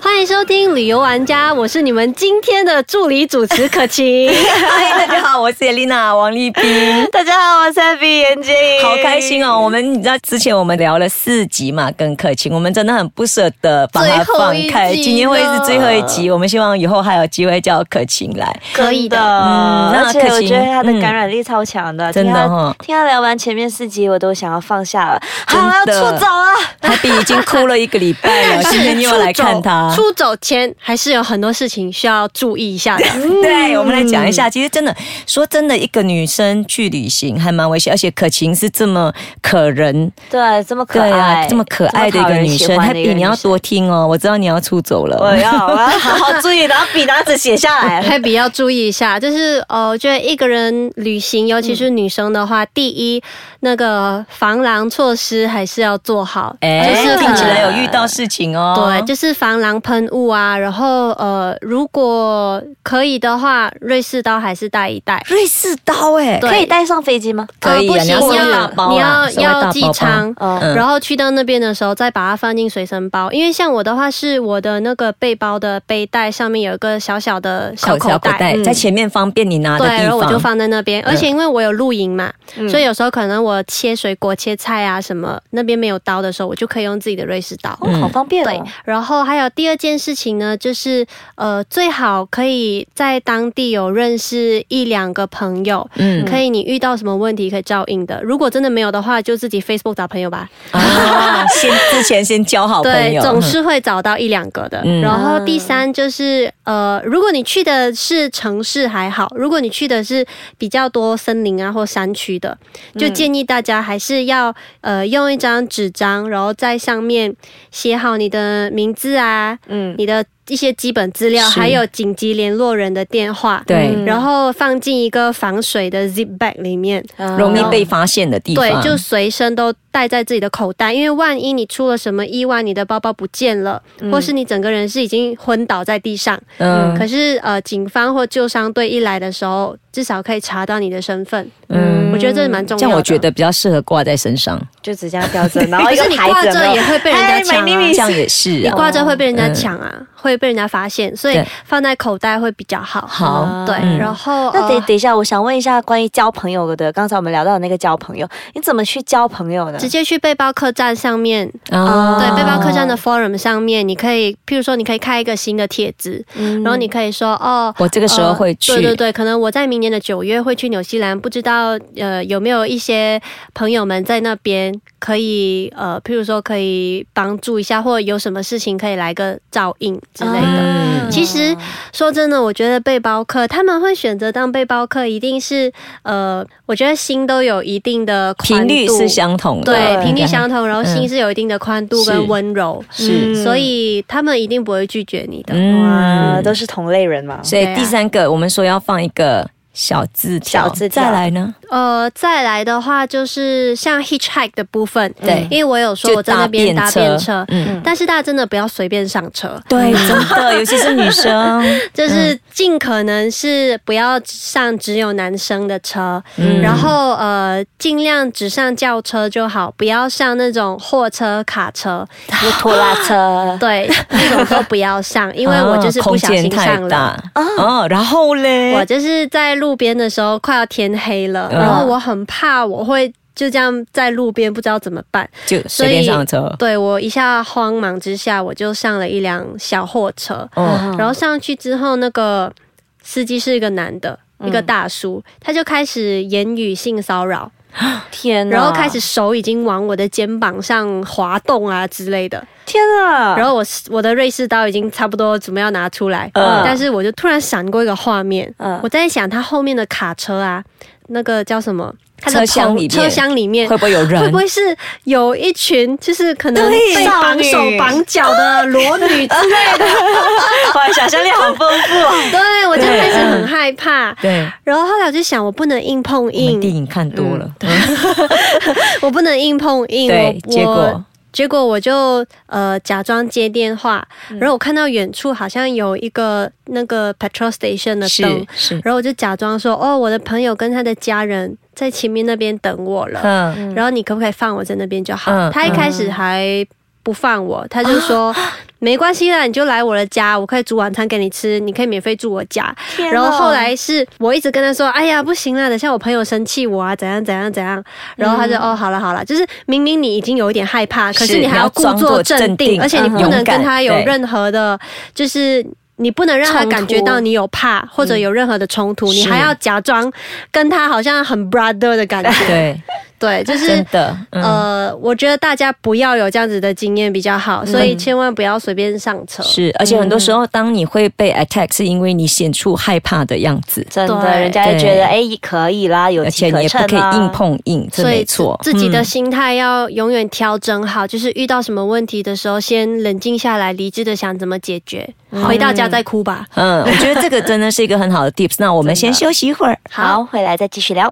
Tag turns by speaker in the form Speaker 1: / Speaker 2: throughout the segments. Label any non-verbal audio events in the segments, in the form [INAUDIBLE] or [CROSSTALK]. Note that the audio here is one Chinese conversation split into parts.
Speaker 1: 欢迎收听《旅游玩家》，我是你们今天的助理主持可
Speaker 2: [LAUGHS]
Speaker 1: 晴。
Speaker 2: 嗨，大家好，我是 Elena 王丽斌。
Speaker 3: 大家好，我是 Abby 严静，
Speaker 2: 好开心哦！我们你知道之前我们聊了四集嘛，跟可晴，我们真的很不舍得把它
Speaker 3: 最后
Speaker 2: 放
Speaker 3: 一集
Speaker 2: 开。今天会是
Speaker 3: 了
Speaker 2: 最后一集，我们希望以后还有机会叫可晴来。
Speaker 1: 可以的
Speaker 3: 真
Speaker 2: 嗯那
Speaker 3: 而且
Speaker 2: 可
Speaker 3: 我
Speaker 2: 行
Speaker 3: 觉得他的
Speaker 2: 嗯
Speaker 3: 感染力超强的，
Speaker 2: 真的
Speaker 3: 听他
Speaker 2: 哦
Speaker 3: 听他聊完前面四集，我都想要放下了，好
Speaker 2: 真的
Speaker 3: 了，要出走了。
Speaker 2: 他比已经哭了一个礼拜
Speaker 1: [LAUGHS]
Speaker 2: 了，今天又要来看他。
Speaker 1: 出走前还是有很多事情需要注意一下的。
Speaker 2: 对，我们来讲一下。其实真的说真的，一个女生去旅行还蛮危险，而且可晴是这么可人，
Speaker 3: 对，这么可
Speaker 2: 对
Speaker 3: 爱，
Speaker 2: 啊，这么可爱的一个女生。
Speaker 3: 她
Speaker 2: Happy，你要多听哦，我知道你要出走了。
Speaker 3: 我要，我要好好注意，然后笔拿纸写下
Speaker 2: [LAUGHS]
Speaker 1: [LAUGHS]
Speaker 3: 来。
Speaker 1: 还比较注意一下，就是呃，我觉得一个人旅行，尤其是女生的话，第一那个防狼措施还是要做好，
Speaker 2: 哎，
Speaker 1: 就是可
Speaker 2: 听起
Speaker 1: 能
Speaker 2: 来有遇到事情哦。
Speaker 1: 对，就是防狼喷雾啊，然后呃，如果可以的话，瑞士刀还是带一带。
Speaker 2: 瑞士刀哎、
Speaker 1: 对
Speaker 3: 可以带上飞机吗？
Speaker 2: 可以啊
Speaker 1: 呃不行，
Speaker 2: 你要收
Speaker 1: 你
Speaker 2: 一大
Speaker 1: 要
Speaker 2: 包
Speaker 1: 你
Speaker 2: 啦
Speaker 1: 要
Speaker 2: 收一大包
Speaker 1: 要
Speaker 2: 包
Speaker 1: 寄仓，
Speaker 3: 哦
Speaker 2: 嗯
Speaker 1: 然后去到那边的时候再把它放进随身包。因为像我的话，是我的那个背包的背带上面有一个小小的小
Speaker 2: 口
Speaker 1: 口
Speaker 2: 小口
Speaker 1: 袋嗯
Speaker 2: 袋、，在前面方便你拿的地
Speaker 1: 对，
Speaker 2: 方，嗯
Speaker 1: 然后我就放在那边。而且因为我有露营嘛，
Speaker 3: 嗯
Speaker 1: 所以有时候可能我切水果、切菜啊什么，那边没有刀的时候，我就可以用自己的瑞士刀。
Speaker 2: 嗯
Speaker 3: 哦，好方便
Speaker 1: 对
Speaker 3: 哦。，
Speaker 1: 然后还有第二件事情呢，就是呃，最好可以在当地有认识一两个朋友，
Speaker 2: 嗯
Speaker 1: 可以你遇到什么问题可以照应的。如果真的没有的话，就自己 Facebook 找朋友吧，
Speaker 2: 啊， [LAUGHS] 先之前先交好朋
Speaker 1: 对，
Speaker 2: 友，
Speaker 1: 总是会找到一两个的。
Speaker 2: 嗯
Speaker 1: 然后第三就是呃，如果你去的是城市还好，如果你去的是比较多森林啊或山区的，
Speaker 2: 嗯
Speaker 1: 就建议大家还是要呃用一张纸张，然后在上面写好你的名字啊，
Speaker 3: 嗯，
Speaker 1: 你的一些基本资料，
Speaker 2: 是
Speaker 1: 还有紧急联络人的电话，
Speaker 2: 对
Speaker 3: 嗯
Speaker 1: 然后放进一个防水的 zip bag 里面，
Speaker 3: 嗯
Speaker 2: 容易被发现的地
Speaker 1: 对
Speaker 2: 方，，
Speaker 1: 就随身都带在自己的口袋，因为万一你出了什么意外，你的包包不见了，或是你整个人是已经昏倒在地上，
Speaker 2: 嗯
Speaker 1: 可是呃，警方或救伤队一来的时候，至少可以查到你的身份，
Speaker 2: 嗯，
Speaker 1: 我觉得这是蛮重
Speaker 2: 这
Speaker 1: 要
Speaker 2: 样
Speaker 1: 的。
Speaker 2: 我觉得比较适合挂在身上，
Speaker 3: 就只这样标
Speaker 2: [LAUGHS]
Speaker 3: 准，然后
Speaker 1: 可
Speaker 3: 哦一个
Speaker 1: 是你
Speaker 3: 牌
Speaker 1: 挂
Speaker 3: 子有没
Speaker 1: 着
Speaker 3: 有
Speaker 1: 也会被人家
Speaker 3: 哎
Speaker 1: 抢、
Speaker 3: ，my
Speaker 1: 啊
Speaker 3: name。
Speaker 2: 这样也是
Speaker 1: 你
Speaker 2: 啊。
Speaker 1: 挂着会被人家
Speaker 2: 嗯
Speaker 1: 抢啊，会被人家发现，所以
Speaker 2: 对
Speaker 1: 放在口袋会比较好。
Speaker 2: 好，
Speaker 1: 对，
Speaker 2: 嗯
Speaker 1: 然后
Speaker 3: 那
Speaker 1: 呃
Speaker 3: 等等一下，我想问一下关于交朋友的，刚才我们聊到的那个交朋友，你怎么去交朋友呢？
Speaker 1: 直接去背包客栈上面，
Speaker 2: 啊
Speaker 1: 对，背包客栈的 forum 上面，你可以，譬如说，你可以开一个新的帖子，
Speaker 3: 嗯
Speaker 1: 然后你可以说，哦。
Speaker 2: 我这个时候
Speaker 1: 呃
Speaker 2: 会去，
Speaker 1: 对对对，可能我在明年的九月会去纽西兰，不知道呃有没有一些朋友们在那边可以呃，譬如说可以帮助一下，或有什么事情可以来个照应之类的。
Speaker 2: 嗯
Speaker 1: 其实说真的，我觉得背包客他们会选择当背包客，一定是呃，我觉得心都有一定的宽
Speaker 2: 频
Speaker 1: 度
Speaker 2: 率是相同的，
Speaker 1: 对频率
Speaker 2: 嗯
Speaker 1: 相同，然后心是有一定的宽度
Speaker 2: 是
Speaker 1: 跟温柔，
Speaker 2: 是，
Speaker 3: 嗯
Speaker 1: 所以他们一定不会拒绝你的。
Speaker 3: 哇，
Speaker 2: 嗯，
Speaker 3: 都是同类人嘛。
Speaker 2: 所以
Speaker 1: 对啊
Speaker 2: 第三个我们说要放一个小字条，
Speaker 3: 小字条
Speaker 2: 再来呢，
Speaker 1: 呃，再来的话就是像 hitchhike 的部分，
Speaker 2: 对
Speaker 1: 因为我有说我在那边搭便车。
Speaker 2: 嗯，
Speaker 1: 但是大家真的不要随便上车，
Speaker 2: 对，真
Speaker 1: [LAUGHS]
Speaker 2: 的，尤其是女生，
Speaker 1: 就是尽可能是不要上只有男生的车，
Speaker 2: 嗯
Speaker 1: 然后呃，尽量只上轿车就好，不要上那种货车、卡车，
Speaker 3: 就拖拉
Speaker 1: [LAUGHS]
Speaker 3: 车
Speaker 1: 对，那种都不
Speaker 2: [LAUGHS]
Speaker 1: 要上， [LAUGHS] 因为我就是不
Speaker 2: 啊
Speaker 1: 小
Speaker 2: 空间
Speaker 1: 心
Speaker 2: 太
Speaker 1: 上了。
Speaker 2: 大哦，然后嘞，
Speaker 1: 我就是在路边的时候快要天黑了，
Speaker 2: 嗯
Speaker 1: 然后我很怕我会就这样在路边不知道怎么办，
Speaker 2: 就随便上车，
Speaker 1: 对我一下慌忙之下我就上了一辆小货车，
Speaker 2: 哦，
Speaker 1: 然后上去之后那个司机是一个男的。
Speaker 2: 嗯
Speaker 1: 一个大叔，他就开始言语性骚扰，
Speaker 3: 天
Speaker 2: 啊
Speaker 3: 哪，
Speaker 1: 然后开始手已经往我的肩膀上滑动啊之类的，
Speaker 3: 天
Speaker 2: 啊
Speaker 3: 哪，
Speaker 1: 然后我我的瑞士刀已经差不多准备要拿出来，
Speaker 2: 嗯
Speaker 1: 但是我就突然闪过一个画面，
Speaker 3: 嗯
Speaker 1: 我在想他后面的卡车啊，那个叫什么？他的
Speaker 2: 车厢
Speaker 1: 棚
Speaker 2: 里面
Speaker 1: 车厢里面
Speaker 2: 会不会有
Speaker 1: 会
Speaker 2: 人
Speaker 1: 不？
Speaker 2: [LAUGHS]
Speaker 1: 会是有一群就是可能
Speaker 3: 对
Speaker 1: 被
Speaker 3: 少
Speaker 1: 绑
Speaker 3: 女
Speaker 1: 手绑脚的裸女？
Speaker 2: [LAUGHS]
Speaker 3: 哇，想象力好丰富
Speaker 2: 哦
Speaker 1: [LAUGHS]
Speaker 3: 啊！
Speaker 1: 对我就开始很害怕。
Speaker 2: 对，
Speaker 1: 然后后来我就想，我不能硬碰
Speaker 2: 我们电
Speaker 1: 硬，
Speaker 2: 影看多了，嗯
Speaker 1: 我不能硬碰嗯硬。
Speaker 2: 对，
Speaker 1: 我
Speaker 2: 结
Speaker 1: 我
Speaker 2: 果
Speaker 1: 结果我就呃假装接电话，
Speaker 2: 嗯
Speaker 1: 然后我看到远处好像有一个那个 petrol station 的
Speaker 2: 是嗯
Speaker 1: 灯，
Speaker 2: 是
Speaker 1: 然后我就假装说哦，我的朋友跟他的家人在前面那边等我了，
Speaker 2: 嗯，
Speaker 1: 然后你可不可以放我在那边就好？
Speaker 2: 嗯
Speaker 1: 他一开始还不放我，他
Speaker 2: [LAUGHS]
Speaker 1: 就说、没关系啦，你就来我的家，我可以煮晚餐给你吃，你可以免费住我家。然后后来是我一直跟他说，哎呀不行啦，等下我朋友生气我啊，怎样怎样怎
Speaker 2: 嗯
Speaker 1: 样。然后他就、哦好了好了，就是明明你已经有一点害怕，可是你还要故
Speaker 2: 你要装
Speaker 1: 作
Speaker 2: 作
Speaker 1: 镇
Speaker 2: 镇
Speaker 1: 定，
Speaker 2: 定
Speaker 1: 而且你不能
Speaker 2: 嗯
Speaker 1: 跟他有
Speaker 2: 勇敢对
Speaker 1: 任何的，就是。你不能让他
Speaker 3: 冲突
Speaker 1: 感觉到你有怕或者有任何的冲突，你
Speaker 2: 嗯是
Speaker 1: 还要假装跟他好像很 brother 的
Speaker 2: [LAUGHS]
Speaker 1: 感觉。
Speaker 2: 对，
Speaker 1: 对，就是
Speaker 2: 真的，嗯，
Speaker 1: 呃，我觉得大家不要有这样子的经验比较好，所以千万不要随便上车。
Speaker 2: 是，而且很多时候，当你会被 attack，是因为你显出害怕的样子，
Speaker 3: 真的，
Speaker 1: 对
Speaker 3: 人家就觉
Speaker 2: 对
Speaker 3: 得哎可以啦，有
Speaker 2: 而且
Speaker 3: 机
Speaker 2: 你
Speaker 3: 可
Speaker 2: 也不
Speaker 3: 乘
Speaker 2: 可
Speaker 3: 啊
Speaker 2: 以硬碰硬，这
Speaker 1: 所以
Speaker 2: 没错，
Speaker 1: 自自己的
Speaker 2: 嗯
Speaker 1: 心态要永远调整好，就是遇到什么问题的时候，先冷静下来，理智的想怎么解决，回到家再哭吧。
Speaker 2: 嗯，我觉得这个真的是一个很好的 tips。那我
Speaker 1: [LAUGHS]
Speaker 2: 们先休息一会儿，
Speaker 3: 好，回来再继续聊。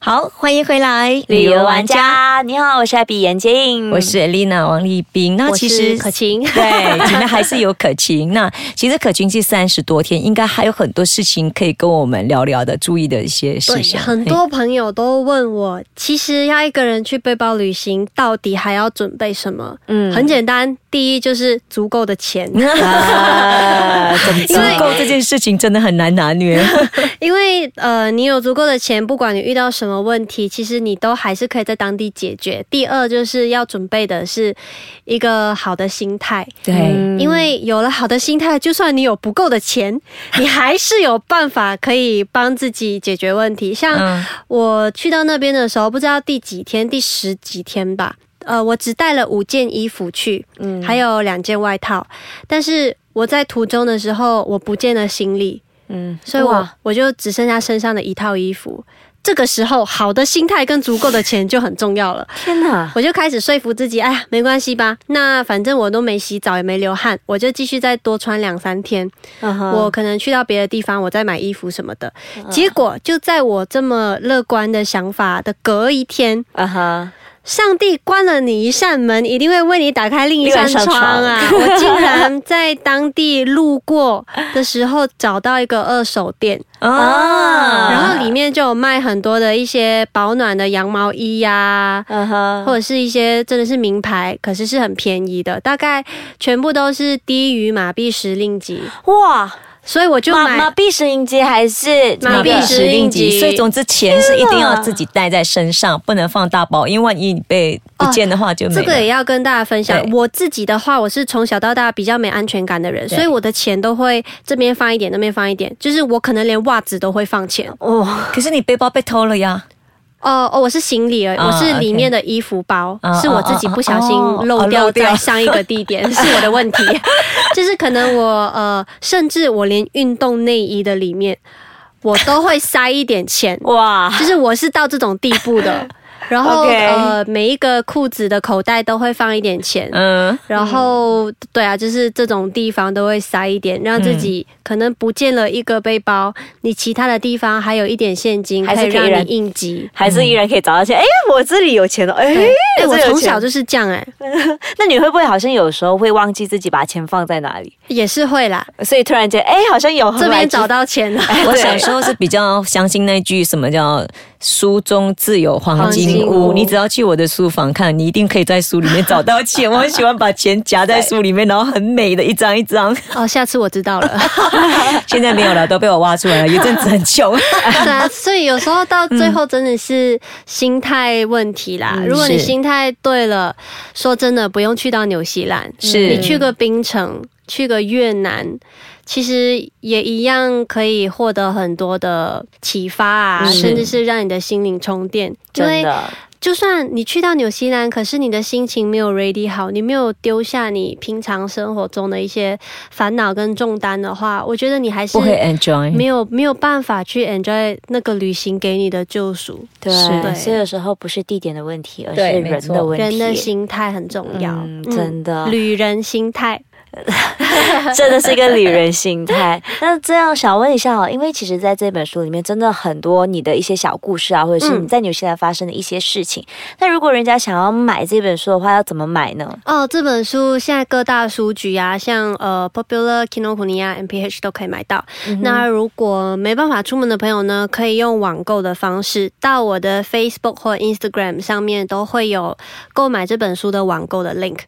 Speaker 2: 好，欢迎回来，
Speaker 3: 旅游玩，家，你好，我是艾比眼镜，
Speaker 2: 我是 Elena 王丽斌。那
Speaker 1: 嗯我
Speaker 2: 其
Speaker 1: 是
Speaker 2: 实
Speaker 1: 可晴，
Speaker 2: [LAUGHS] 对，今天还是有可晴。那其实可晴是三十多天，应该还有很多事情可以跟我们聊聊的，注意的一些事
Speaker 1: 对，
Speaker 2: 项。
Speaker 1: 很多朋友都问我，其实要一个人去背包旅行，到底还要准备什么？
Speaker 3: 嗯
Speaker 1: 很简单，第一就是足够的钱。
Speaker 2: 嘿。
Speaker 3: 啊，怎么
Speaker 2: 足
Speaker 1: 因为
Speaker 2: 够这件事情真的很难拿
Speaker 1: [LAUGHS]
Speaker 2: 捏，
Speaker 1: 因为呃，你有足够的钱，不管你遇到什么问题，其实你都还是可以在当地解决。第二就是要准备的是一个好的心态，
Speaker 2: 对，
Speaker 3: 嗯
Speaker 1: 因为有了好的心态，就算你有不够的钱，你还是有办法可以帮自己解决问题。像
Speaker 2: 嗯，
Speaker 1: 我去到那边的时候，不知道第几天，第十几天吧。呃，我只带了五件衣服去，
Speaker 3: 嗯
Speaker 1: 还有两件外套。但是我在途中的时候，我不见了行李，
Speaker 3: 嗯，
Speaker 1: 所以我我就只剩下身上的一套衣服。这个时候，好的心态跟足够的钱就很重要 [LAUGHS] 了。
Speaker 3: 天哪，
Speaker 1: 我就开始说服自己，哎呀，没关系吧，那反正我都没洗澡，也没流汗，我就继续再多穿两三天。我
Speaker 3: 我
Speaker 1: 可能去到别的地方，我再买衣服什么的。结果就在我这么乐观的想法的隔一天，
Speaker 3: 啊哈，
Speaker 1: 上帝关了你一扇门，一定会为你打开另一扇窗啊！我竟然在当地路过的时候找到一个二手店，
Speaker 2: 嗯啊，
Speaker 1: 然后里面就有卖很多的一些保暖的羊毛衣呀、
Speaker 3: 啊
Speaker 2: 嗯
Speaker 3: 哈，
Speaker 1: 或者是一些真的是名牌，可是是很便宜的，大概全部都是低于马币时令吉，
Speaker 2: 嗯
Speaker 3: 哇，
Speaker 1: 所以我就
Speaker 3: 马
Speaker 1: 买
Speaker 3: 马币石英机还是
Speaker 1: 马币石令吉
Speaker 2: 所以总之钱是一定要自己带在身上，不能放大包，因为万一你被不见的话就没
Speaker 1: 这
Speaker 2: 了。
Speaker 1: 个也要跟大家分享。
Speaker 2: 对
Speaker 1: 我自己的话，我是从小到大比较没安全感的人，
Speaker 2: 对
Speaker 1: 所以我的钱都会这边放一点，那边放一点，就是我可能连袜子都会放钱。
Speaker 3: 哇，
Speaker 2: 可是你背包被偷了呀，
Speaker 1: 哦哦，我是行李而已，
Speaker 2: 啊
Speaker 1: 我是里面的衣服包
Speaker 2: 啊，
Speaker 1: 是我自己不小心
Speaker 2: 啊啊啊
Speaker 1: 漏
Speaker 2: 啊
Speaker 1: 掉
Speaker 2: 漏掉
Speaker 1: 在上一个
Speaker 2: [LAUGHS]
Speaker 1: 地点，是我的问题。 [LAUGHS] 就是可能我呃，甚至我连运动内衣的里面，我都会塞一点钱，
Speaker 3: 哇，
Speaker 1: 就是我是到这种地步的。
Speaker 2: [LAUGHS]
Speaker 1: 然后
Speaker 3: OK
Speaker 1: 呃，每一个裤子的口袋都会放一点钱，
Speaker 2: 嗯，
Speaker 1: 然后对啊，就是这种地方都会塞一点，让自己
Speaker 2: 嗯
Speaker 1: 可能不见了一个背包，你其他的地方还有一点现金，
Speaker 3: 还是
Speaker 1: 可以
Speaker 3: 可以
Speaker 1: 让
Speaker 3: 让
Speaker 1: 你应急。
Speaker 2: 嗯
Speaker 3: 还是依然可以找到钱。哎，我这里有钱了，哎，
Speaker 1: 哎，
Speaker 3: 这
Speaker 1: 我
Speaker 3: 里有
Speaker 1: 从
Speaker 3: 钱
Speaker 1: 小就是这样哎、
Speaker 3: 那你会不会好像有时候会忘记自己把钱放在哪里？
Speaker 1: 也是会啦，
Speaker 3: 所以突然间，哎，好像有
Speaker 1: 这边找到钱
Speaker 3: [LAUGHS]
Speaker 1: 了。
Speaker 2: 我
Speaker 3: 对
Speaker 2: 小时候是比较相信那句什么叫“书中自有黄金
Speaker 1: 黄金
Speaker 2: 屋
Speaker 1: 屋”，
Speaker 2: 你只要去我的书房看，你一定可以在书里面找到钱。我很喜欢把钱夹在书里面，然后很美的一张一张。
Speaker 1: 哦，下次我知道了。
Speaker 2: 现在没有了，都被我挖出来了。有一阵子很穷，
Speaker 1: 对啊，所以有时候到
Speaker 3: 嗯
Speaker 1: 最后真的是心态问题啦。
Speaker 2: 嗯
Speaker 1: 如果你
Speaker 2: 是
Speaker 1: 心态对了，说真的，不用去到纽西兰，
Speaker 2: 是
Speaker 1: 你去个槟城，去个越南，其实也一样可以获得很多的启发啊，
Speaker 2: 是
Speaker 1: 甚至是让你的心灵充电。因
Speaker 3: 真
Speaker 1: 为
Speaker 3: 的，
Speaker 1: 就算你去到纽西兰，可是你的心情没有 ready 好，你没有丢下你平常生活中的一些烦恼跟重担的话，我觉得你还是
Speaker 2: 不会 enjoy。
Speaker 1: 没有没有办法去 enjoy 那个旅行给你的救赎。
Speaker 3: 对
Speaker 2: 是
Speaker 1: 对
Speaker 3: 所以有时候不是地点的问题，而是
Speaker 2: 对没
Speaker 3: 人
Speaker 2: 错
Speaker 3: 的问题，嗯
Speaker 1: 嗯人
Speaker 3: [LAUGHS]
Speaker 1: 的心态很重要，
Speaker 3: 嗯真的
Speaker 1: 旅人心态。
Speaker 3: 真的是一个旅人心态。 [LAUGHS] 那这样想问一下哦，因为其实在这本书里面，真的很多你的一些小故事啊，或者是
Speaker 1: 嗯
Speaker 3: 你在纽西兰发生的一些事情。那如果人家想要买这本书的话，要怎么买呢？
Speaker 1: 哦，这本书现在各大书局啊，像呃 Popular、Kinokuniya、MPH 都可以买到。那如果没办法出门的朋友呢，可以用网购的方式，到我的 Facebook 或 Instagram 上面都会有购买这本书的网购的 link。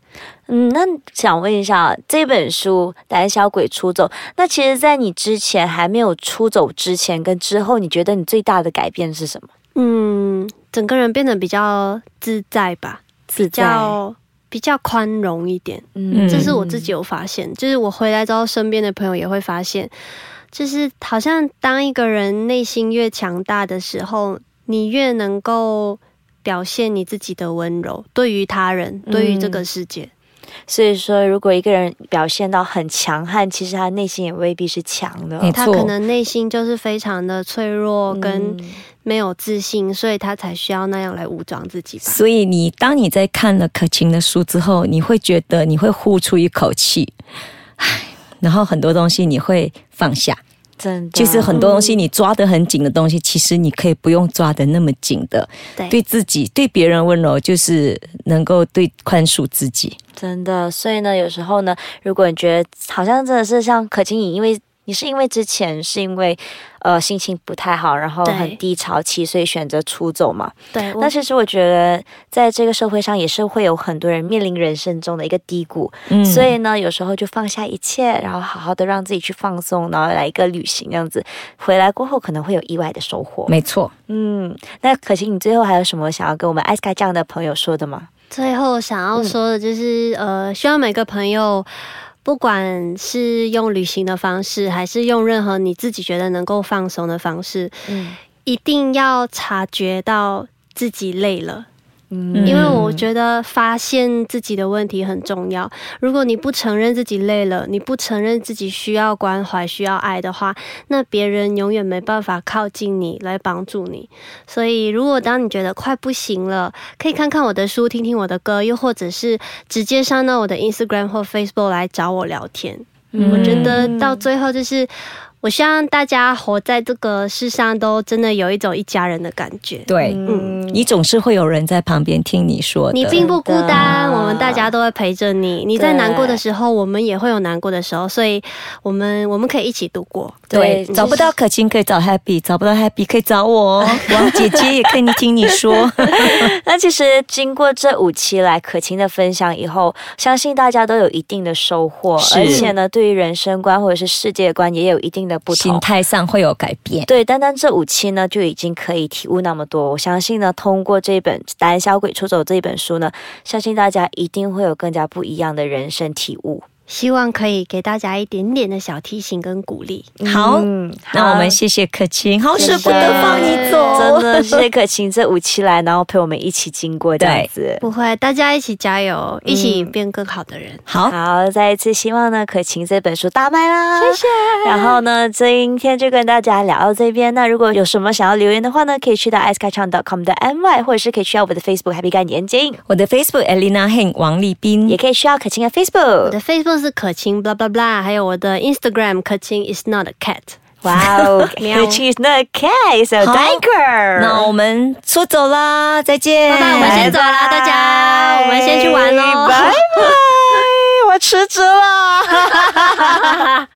Speaker 3: 嗯，那想问一下啊，这本书《胆小鬼出走》，那其实，在你之前还没有出走之前跟之后，你觉得你最大的改变是什么？
Speaker 1: 嗯，整个人变得比较自在吧，
Speaker 3: 自
Speaker 1: 比较比较宽容一点。
Speaker 3: 嗯
Speaker 1: 这是我自己有发现，就是我回来之后，身边的朋友也会发现，就是好像当一个人内心越强大的时候，你越能够表现你自己的温柔，对于他人，对于这个世界。
Speaker 3: 所以说，如果一个人表现到很强悍，其实他内心也未必是强的。
Speaker 2: 没
Speaker 1: 他
Speaker 2: 错
Speaker 1: 可能内心就是非常的脆弱跟
Speaker 3: 嗯
Speaker 1: 没有自信，所以他才需要那样来武装自己吧。
Speaker 2: 所以你当你在看了可晴的书之后，你会觉得你会呼出一口气，唉，然后很多东西你会放下。
Speaker 3: 真的，
Speaker 2: 其实很多东西你抓得很紧的东西，其实你可以不用抓得那么紧的。
Speaker 1: 对
Speaker 2: 对自己、对别人温柔，就是能够对宽恕自己。
Speaker 3: 真的。所以呢，有时候呢，如果你觉得好像真的是像可晴颖，因为你是因为之前是因为呃心情不太好，然后
Speaker 1: 对
Speaker 3: 很低潮期，所以选择出走嘛。
Speaker 1: 对，
Speaker 2: 嗯
Speaker 1: 我
Speaker 3: 那其实我觉得，在这个社会上也是会有很多人面临人生中的一个低谷，
Speaker 2: 嗯
Speaker 3: 所以呢，有时候就放下一切，然后好好的让自己去放松，然后来一个旅行这样子，回来过后可能会有意外的收获。
Speaker 2: 没错，
Speaker 3: 嗯，那可惜你最后还有什么想要跟我们艾斯卡这样的朋友说的吗？
Speaker 1: 最后想要说的就是，呃，希望每个朋友，不管是用旅行的方式，还是用任何你自己觉得能够放松的方式，
Speaker 3: 嗯
Speaker 1: 一定要察觉到自己累了，
Speaker 3: 嗯
Speaker 1: 因为我觉得发现自己的问题很重要。如果你不承认自己累了，你不承认自己需要关怀、需要爱的话，那别人永远没办法靠近你来帮助你。所以，如果当你觉得快不行了，可以看看我的书、听听我的歌，又或者是直接上到我的 Instagram 或 Facebook 来找我聊天。
Speaker 2: 嗯
Speaker 1: 我觉得到最后就是。我希望大家活在这个世上，都真的有一种一家人的感觉。
Speaker 2: 对，
Speaker 3: 嗯
Speaker 2: 你总是会有人在旁边听你说的。
Speaker 1: 你并不孤单，
Speaker 3: 真的
Speaker 1: 我们大家都会陪着你。你在难过的时候，我们也会有难过的时候，所以我们我们可以一起度过。
Speaker 2: 对，
Speaker 3: 对
Speaker 2: 找不到可晴可以找 Happy，找不到 Happy 可以找我哦，王姐姐也可以听你说。
Speaker 3: [LAUGHS] 那其实经过这五期来可晴的分享以后，相信大家都有一定的收获，
Speaker 2: 是
Speaker 3: 而且呢，对于人生观或者是世界观也有一定的不
Speaker 2: 心
Speaker 3: 同。
Speaker 2: 态上会有改变。
Speaker 3: 对，单单这五期呢，就已经可以体悟那么多。我相信呢，通过这一本《胆小鬼出走》这一本书呢，相信大家一定会有更加不一样的人生体悟。
Speaker 1: 希望可以给大家一点点的小提醒跟鼓励。
Speaker 2: 好，
Speaker 3: 嗯，
Speaker 2: 那我们
Speaker 3: 好
Speaker 2: 谢谢可晴，好
Speaker 3: 谢
Speaker 2: 舍不得放你
Speaker 3: 真
Speaker 2: 走。
Speaker 3: 的谢谢可晴这五期来，然后陪我们一起经过这样子。
Speaker 1: 不会，大家一起加油，一起变更好的人。
Speaker 2: 好，
Speaker 3: 好，再一次希望呢，可晴这本书大卖啦！谢谢。然后呢，今天就跟大家聊到这边。那如果有什么想要留言的话呢，可以去到 i c e k a c h a n g c o m 的 my，或者是可以去到我的 Facebook Happy 干眼睛，
Speaker 2: 我的 Facebook Elena Heng 王立
Speaker 3: 也
Speaker 2: 斌，
Speaker 3: 可以去到可嗯晴的
Speaker 1: 我
Speaker 3: Facebook
Speaker 1: 的。Facebook 是可亲 blah blah blah，还有我的 Instagram 可亲 is not a cat。
Speaker 3: 哇 [LAUGHS] 哦，
Speaker 1: 喵
Speaker 3: 可晴 is not a cat, is a
Speaker 2: 好
Speaker 3: tiger。
Speaker 2: 那我们出走啦，再见。
Speaker 1: 拜拜，我们先走啦，大家，我们先去玩喽。
Speaker 3: [LAUGHS] 拜拜，我辞职了。